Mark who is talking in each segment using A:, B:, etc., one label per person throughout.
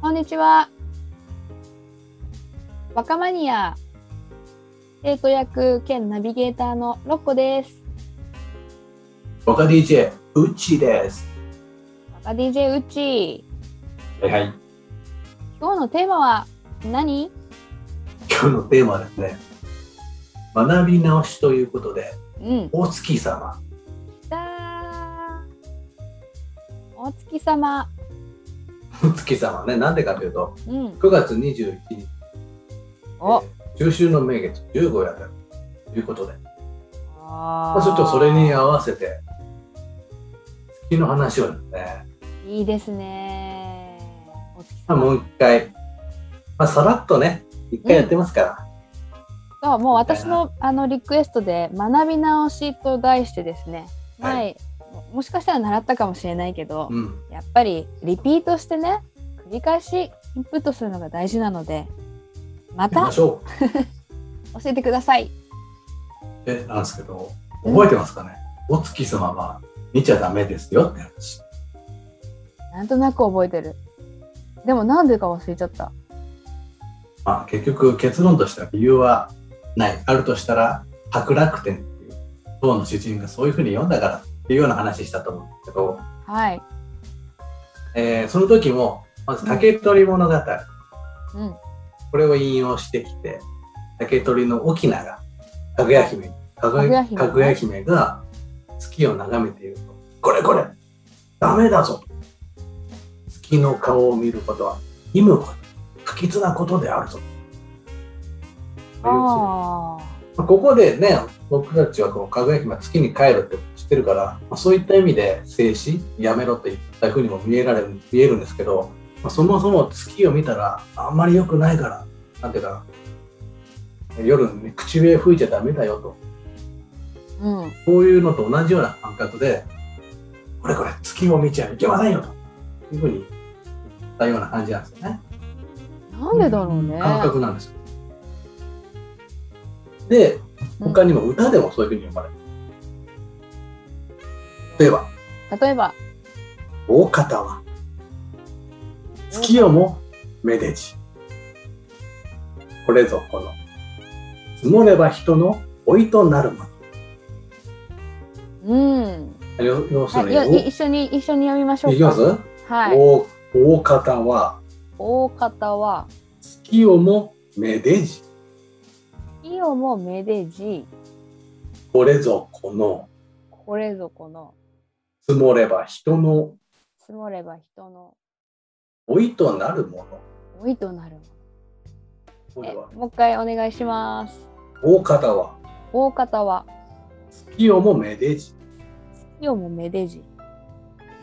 A: こんにちは。若マニア、生徒役兼ナビゲーターのロッコです。
B: 若 DJ、うっちーです。
A: 若 DJ うち、
C: はいはい。
A: 今日のテーマは何
B: 今日のテーマはですね、学び直しということで、
A: うん。
B: 大月様。
A: だーお月様。
B: 大月様ね、なんでかというと、
A: うん。
B: 9月21日、
A: お、
B: えー中秋の名月15夜だということで、
A: あ
B: まあ、
A: ー
B: ちょっとそれに合わせて、月の話をですね、
A: いいですね。お月
B: まあ、
A: 様。
B: もう一回、まあ、さらっとね、一回やってますから、
A: そうもう私のあのリクエストで「学び直し」と題してですね前、
B: は
A: ももしかしたら習ったかもしれないけど、
B: うん、
A: やっぱりリピートしてね繰り返しインプットするのが大事なのでま
B: やり
A: た
B: まし
A: 教
B: ょ。
A: えてくださいう
B: え、なんですけど、覚えてますかね、大月様は見ちゃダメですよって話。
A: なんとなく覚えてるでもなんでか忘れちゃった
B: まあ、結局結論としては理由はないあるとしたら白楽天っていう当の主人がそういうふうに読んだからっていうような話したと思うんですけど、
A: はい、
B: えーその時もまず「竹取物語」
A: うん、
B: これを引用してきて竹取の翁がかぐや姫かぐ
A: かぐや
B: や
A: 姫
B: かぐや姫が月を眺めていると「これこれダメだぞ」月の顔を見ることは義務は不吉なことであるぞ」という
A: あ
B: ここでね、僕たちはこのかぐや姫は月に帰るって知ってるから、まあそういった意味で静止、やめろって言ったふうにも見えられる見えるんですけど、まあそもそも月を見たらあんまり良くないから、なんていうかな、夜に口笛吹いちゃダメだよと、
A: ーうん
B: こういうのと同じような感覚で、これこれ、月を見ちゃいけませんよというふうに言ったような感じなんですよね。
A: なんでだろうね
B: 感覚なんですよ。で、他にも歌でもそういうふうに読まれる。例えば、
A: 例えば
B: 大方は、月夜もめでじ。これぞこの、積もれば人の老いとなるま。
A: うん
B: 要要す
A: は
B: る
A: い、い
B: に、
A: や
B: お
A: い一緒に一緒に読みましょうか
B: いきます、
A: はい
B: 大大方は、
A: 大方は
B: 月夜もめでじ。
A: 「イオもめでじ
B: これぞこの、
A: これぞこの
B: 積もれば人の
A: 積もれば人の
B: 老いとなるもの。
A: 老いとなるもの」
B: これ
A: え
B: は
A: もう一回お願いします。
B: 大方は
A: 大方は、
B: 月夜もめでじ
A: 月をもめでじ、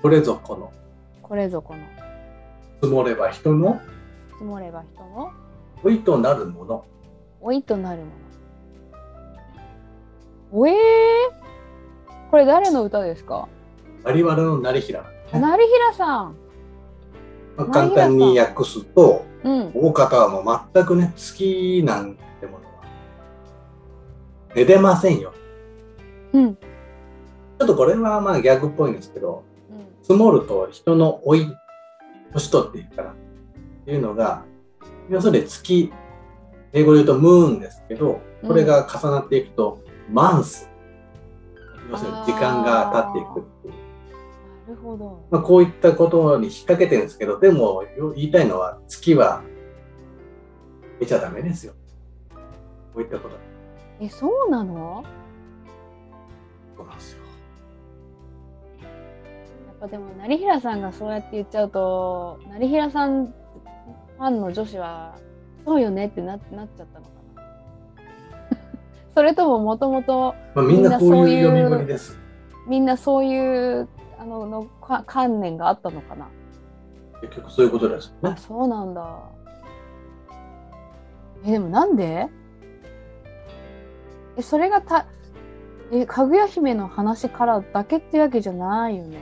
B: これぞこの
A: これぞこの、
B: 積もれば人の
A: 積もれば人の
B: 老いとなるもの
A: 老いとなるもの。おえー、これ誰の歌ですか
B: バリバルの成平
A: 成平さん。
B: まあ簡単に訳すと
A: うん。
B: 大方はもう全くね月なんてものはめでませんよ
A: うん。
B: ちょっとこれはまあギャグっぽいんですけど積もると人の老い年取っていくからっていうのが要するに月英語で言うとムーンですけどこれが重なっていくとマンス要するに時間が経っていくっていう
A: なるほど。
B: まあ、こういったことに引っ掛けてるんですけどでもよ言いたいのは月は見ちゃダメですよこういったこと
A: え、そうなの
B: そうなんですよ
A: やっぱでも成平さんがそうやって言っちゃうと、成平さんファンの女子は、そうよねってななっちゃったのかな。 それとももともと、
B: まあ、みんなこうい
A: み
B: う
A: んなそういう
B: 読みぶりです
A: みんなそういうあののか観念があったのかな。
B: 結局そういうことですよね
A: そうなんだ。えでもなんで？えそれがたえかぐや姫の話からだけってわけじゃないよね。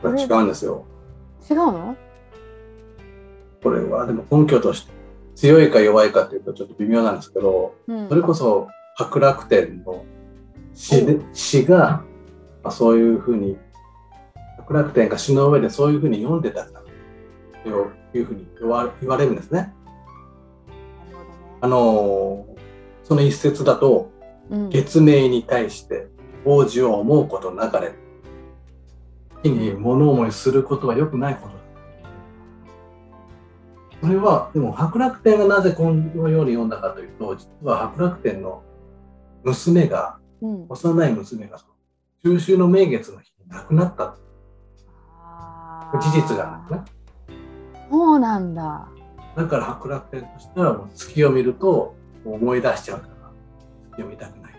B: これは違うんですよ
A: 違うの？
B: これはでも根拠として強いか弱いかというとちょっと微妙なんですけど
A: うん
B: それこそ白楽天の詩で詩が、まあ、そういうふうに白楽天が詩の上でそういうふうに読んでたからというふうに言わ言われるんですね。
A: なるほどね。
B: あのーその一節だと
A: うん
B: 月命に対して王子を思うことなかれ時に物思いすることは良くないことだそれはでも白楽天がなぜこのように読んだかというと実は白楽天の娘が
A: うん、
B: 幼い娘がその中秋の名月の日に亡くなった
A: あー
B: 事実があるんですね
A: そうなんだ。
B: だから白楽天としたらもう月を見るともう思い出しちゃうから月を見たく
A: な
B: ない
A: る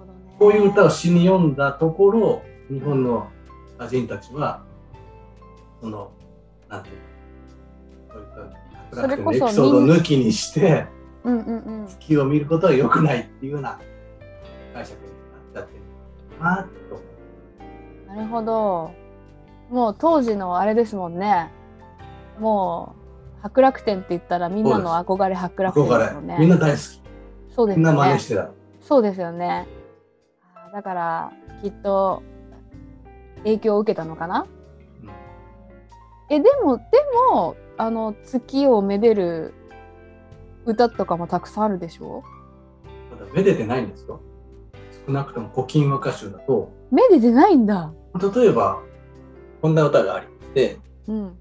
A: ほどね
B: こういう歌を詩に読んだところ、日本の歌人たちは、その、なんていうの、そういった
A: それこそ
B: エピソードを抜きにして、
A: うんうんうん。
B: 月を見ることは良くないっていうような解釈になっちゃってるなあと思う。
A: なるほど。もう当時のあれですもんね。もう白楽天って言ったらみんなの憧れ白楽天
B: 憧
A: ですもん
B: れ、みん
A: ね。
B: な大好
A: そうで
B: き。
A: す
B: みんな
A: よ
B: 真
A: ね
B: 似し。てた。
A: そうですよね。あーだからきっと影響を受けたのかな。
B: うん
A: えでもでもあの月をめでる歌とかもたくさんあるでしょ。
B: ただ、めでてないんですよ。少なくとも古今和歌集だと、
A: めでてないんだ。
B: 例えば、こんな歌がありまして、
A: うん。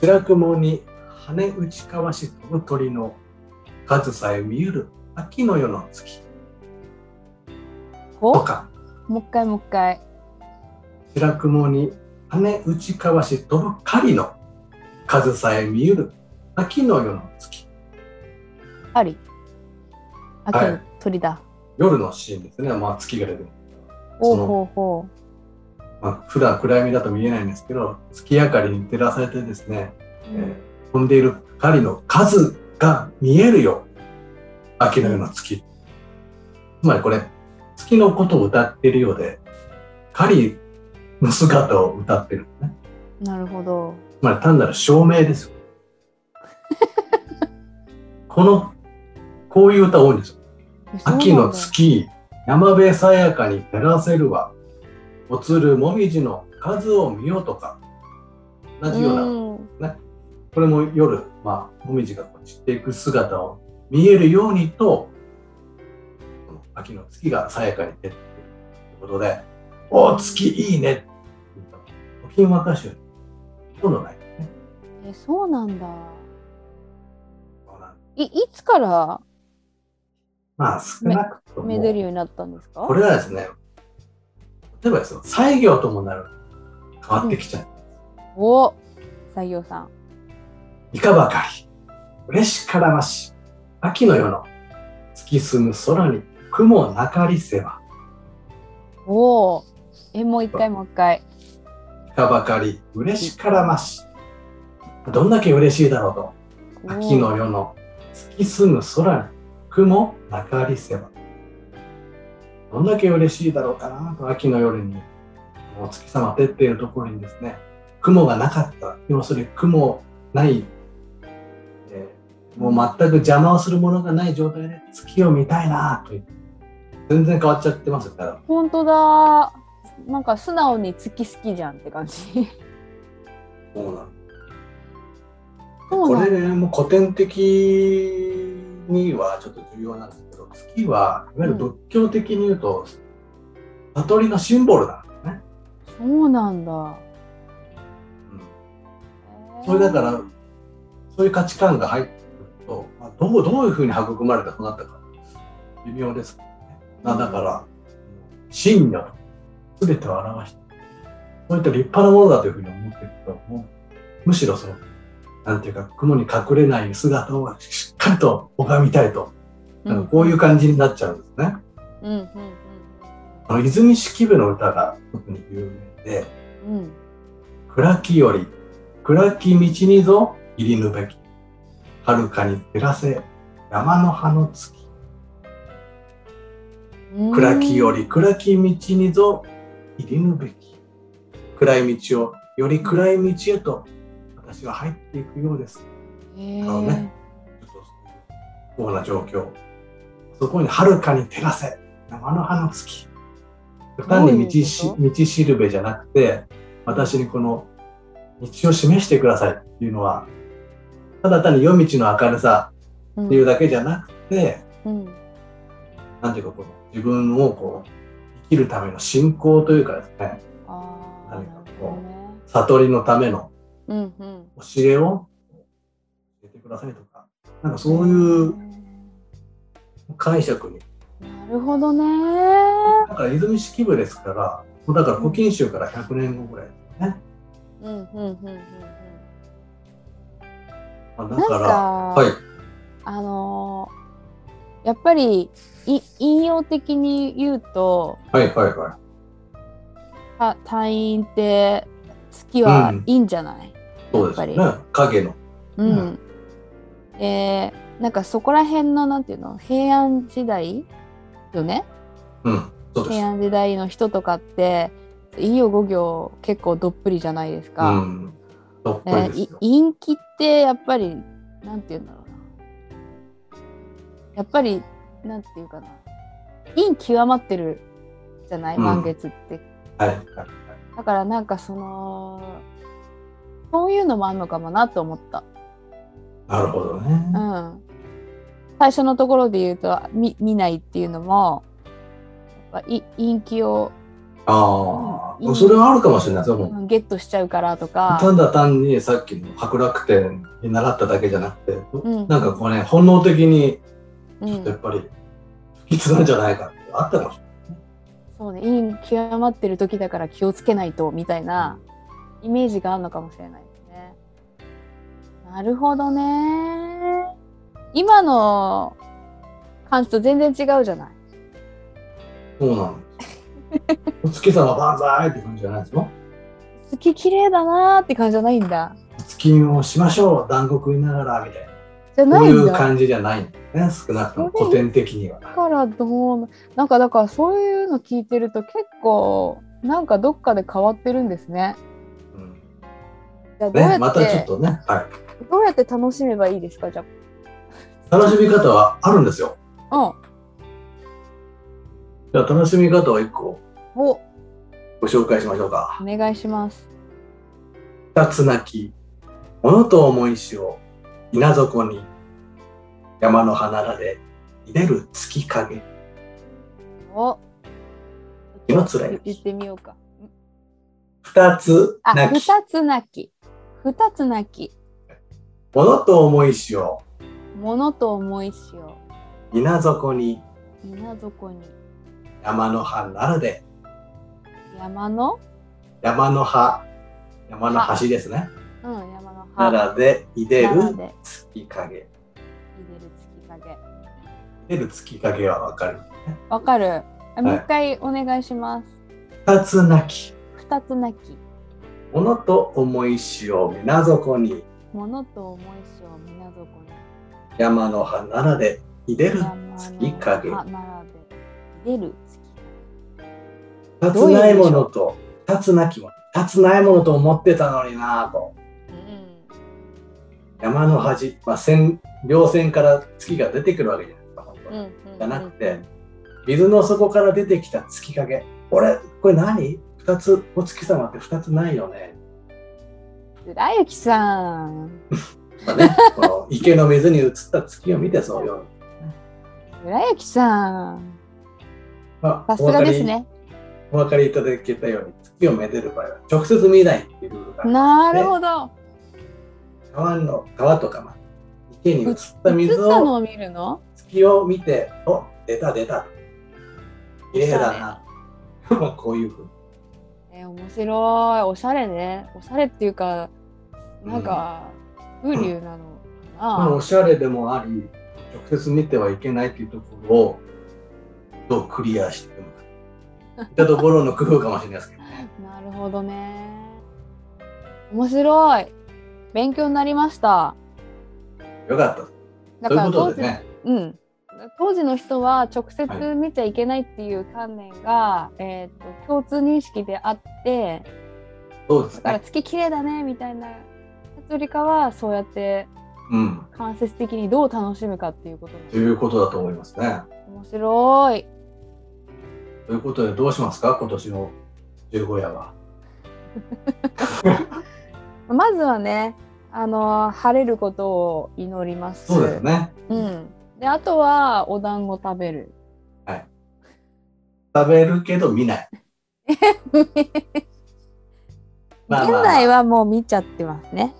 B: 白雲に羽打ちかわし飛ぶ鳥の数さえ見える秋の夜の月と
A: こ
B: か
A: うもう一回もう一回。
B: 白雲に羽打ちかわし飛ぶ狩りの数さえ見える秋の夜の月
A: あり。秋
B: はい
A: の鳥だ。
B: 夜のシーンですね、まあ、月が出てる、
A: おう
B: その
A: ほうほ
B: まあ、普段暗闇だと見えないんですけど月明かりに照らされてですね、
A: う。
B: えー飛んでいる狩りの数が見えるよ秋の夜の月、つまりこれ月のことを歌っているようで狩りの姿を歌ってるんですね
A: なるほど。
B: つまり単なる証明ですよこのこういう歌多いんですよ秋の月山辺さやかに照らせるわ映るもみじの数を見ようとか同
A: そう
B: じよう
A: な
B: なん
A: だうん
B: これも夜、まあ、もみじがこう散っていく姿を見えるようにと、この秋の月がさやかに出てくるということで、おー月いいねって言ったの。古今和歌集、ほとんどないですね。
A: えそうなんだ。
B: そうなん
A: い
B: です
A: いつから
B: まあ、少なくと
A: めで
B: も、
A: るようになったんですか
B: これはですね、例えばですよ、採業ともなる、変わってきちゃう。
A: お採用さん。
B: いかばかり、嬉しからまし、秋の夜の、月住む空に雲なかりせば、
A: おお。えもう一回もう一回。
B: いかばかり嬉しからましどんだけ嬉しいだろうと
A: おー
B: 秋の夜の月住む空に雲なかりせばどんだけ嬉しいだろうかなと秋の夜にお月様照っているところにですね雲がなかったでもそれ雲ない、えーもう全く邪魔をするものがない状態で月を見たいなという全然変わっちゃってますよだから
A: 本当だ。なんか素直に月好きじゃんって感 じ。
B: そうなの
A: そう
B: こ
A: なん
B: れねもう古典的にはちょっと重要なんですけど月はいわゆる仏教的に言うと、悟りのシンボルなんですね、
A: そうなんだ。
B: それだからそういう価値観が入ってくると、まあ、どうどういうふうに育まれてそうなったか微妙ですけどね、まあ、だから真如と全てを表してそういった立派なものだというふうに思ってるけどもうむしろそのなんていうか雲に隠れない姿をしっかりと拝みたいと
A: うん
B: なんかこういう感じになっちゃうんですね。
A: うんうん
B: あの泉式部の歌が特に有名で、
A: うんうん。
B: 暗きより、暗き道にぞ入りぬべき。遥かに照らせ、山の葉の月。
A: うん
B: 暗きよ。り、暗き道にぞ入りぬべき。暗い道を、より暗い道へと、私は入っていくようです。
A: へー
B: あのねちょっと不幸な状況そこに遥かに照らせ生の葉の月単に道し
A: どういうこ
B: 道しるべじゃなくて私にこの道を示してくださいっていうのはただ単に夜道の明るさ
A: うん
B: っていうだけじゃなくて、
A: うん
B: なんていうかこの自分をこう生きるための信仰というかですね
A: ああな
B: 何
A: る
B: か
A: ほ
B: こう
A: どね
B: 悟りのための
A: うんうん
B: 教えを教えてくださいとかなんかそういう解釈に
A: なるほどね
B: だから泉式部ですからもうだから古今集から100年後ぐらい、
A: うんうんうんうんうん
B: まあ、
A: な
B: だ
A: ん
B: か
A: から
B: はい
A: あのーやっぱりい引用的に言うと
B: はいはいは
A: あ退院って月は
B: うん
A: いいんじゃない、
B: いそうですよね影の
A: うんんえーなんかそこら辺のなんていうの平安時代よね
B: うんそうです
A: 平安時代の人とかって陰陽五行結構どっぷりじゃないです
B: う
A: か。
B: んどっ
A: え
B: ぷり
A: ー
B: ですよ、
A: い陰気ってやっぱりなんて言うんだろうなやっぱりなんていうかな陰極まってるじゃない
B: うん
A: 満月って、
B: はいはいはい
A: だからなんかそのそういうのもあんのかもなと思った。
B: なるほどね、
A: うん、最初のところで言うと見見ないっていうのもやっぱい陰気を
B: あ
A: う
B: あ
A: ん
B: それはあるかもしれないですよも
A: う
B: う
A: んゲットしちゃうからとか、
B: ただ単にさっきの博楽天に習っただけじゃなくて、
A: うん
B: なんかこうね本能的に
A: う
B: ちょっ
A: ん
B: とやっぱり不吉なんじゃないかってあったかもしれない
A: そうね陰極まってる時だから気をつけないとみたいなイメージがあるのかもしれないですね。なるほどね。今の感じと全然違うじゃない。
B: そうなんです よお月様万歳って感じじゃないですよ
A: 月綺麗だなーって感じじゃないんだ。
B: お月見をしましょう団子食いながらみたいな
A: じゃな
B: そう
A: い
B: い
A: ん
B: う
A: だ。
B: 感じじゃないんだよね少なくとも古典的には
A: だからどうなんかだからそういうの聞いてると結構なんかどっかで変わってるんですね。
B: うん
A: じゃあどうや
B: ね
A: って、
B: またちょっとね、はい、
A: どうやって楽しめばいいですかじゃ
B: 楽しみ方はあるんですよ
A: あ。
B: じゃあ楽しみ方を一個
A: うん。おお
B: ご紹介しましょうか
A: 願いします。
B: 二つなき物と思いしを稲底に山の離れで入れる月影
A: お。
B: 気の辛い
A: 言ってみようか。
B: 二つ
A: あ、
B: な
A: 二
B: き
A: つなき。二つなき。
B: 物と思いしを
A: ものと思いしよ
B: 稲底に
A: う。稲底に。
B: 山の葉ならで
A: 山の。
B: 山の葉山の端ですね
A: うん、山の
B: な
A: 葉。
B: らで入れ
A: なら
B: る
A: で。
B: 月影
A: 入れる月影。
B: 入れる月影はわかる
A: わかる。あ
B: い
A: もう一回お願いします。
B: 二つなき
A: 二つなき。
B: 物と思いしを稲底に
A: ものと思いしよう。皆底に。
B: 山の葉ならで入れる
A: 山の
B: 月影
A: あならで。出る月
B: 二つないものと二つなきもの二つないものと思ってたのになぁと
A: 影。うん。
B: 山の端、まあ、線稜線から月が出てくるわけじゃないですか本当は
A: うんうん。
B: じゃなくて水の底から出てきた月影俺これ何二つお月様って二つないよね
A: 浦雪さん。
B: とかね この池の水に映った月を見てそうよ、
A: 浦雪さん。
B: まあ、
A: さすがですね。
B: お分かりいただけたように月をめでる場合は直接見ないっていうルールがある
A: なるほど。
B: 川の川とか、まあ、池に映っ
A: 映
B: た
A: っ
B: 水
A: た
B: を
A: のを見るの
B: 月を見て、お出た出た。綺麗だな。まあ こういうふうに。
A: えー面白い。おしゃれね。おしゃれっていうか、なんか、風流なのか
B: まあ
A: な
B: お。しゃれでもあり、直接見てはいけないっていうところを、どうクリアしてい くのか。いったところの工夫かもしれないですけどね。
A: なるほどね。面白い。勉強になりました。
B: よかった。
A: だか
B: という
A: ら
B: こ
A: 当
B: と
A: 時
B: でね。
A: うん、当時の人は直接
B: は
A: 見ちゃいけないっていう観念が、えー、と共通認識であって
B: そうです
A: だから
B: ね。
A: 月綺麗だねみたいなやつよりかはそうやって
B: うん。
A: 間接的にどう楽しむかっていうことなん
B: と
A: です
B: いうことだと思いますね。
A: 面白い
B: ということで、どうしますか今年の十五夜は。
A: まずはね、あの晴れることを祈ります。
B: そうだよね。
A: うん。で、あとはお団子食べる。
B: 食べるけど 見ない。まあ
A: 現
B: まあ
A: 代はもう見ちゃってますね。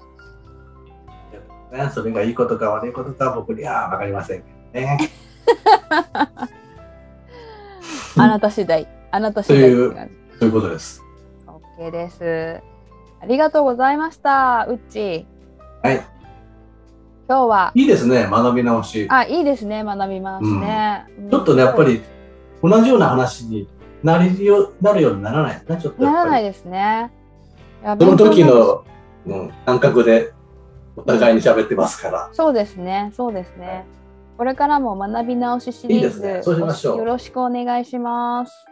B: ね、それがいいことか悪いことか僕には分かりませんけどね。
A: あなた次第。あなた次第って感じ。
B: ということです。
A: OK です。ありがとうございました。うっち。
B: はい。
A: 今日は、
B: いいですね、学び直し。
A: あ、いいですね。学びますね。うん
B: ちょっとね、やっぱ。り同じような話になるよなるようにならないですね、ちょっと
A: な
B: や
A: ら
B: っぱ
A: ない
B: り。
A: ですね。いや
B: その時。の、うん、感覚でお互いに喋ってますから。
A: そうですね。そうですね。これからも学び直しシリーズ
B: いいですねそうしましょう
A: よろしくお願いします。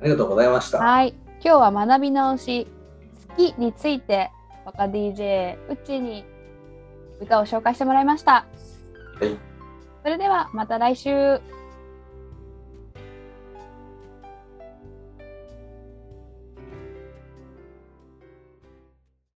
B: ありがとうございました。
A: はい。今日は学び直し好きについて若 DJ うちに歌を紹介してもらいました。
B: はい
A: それではまた来週。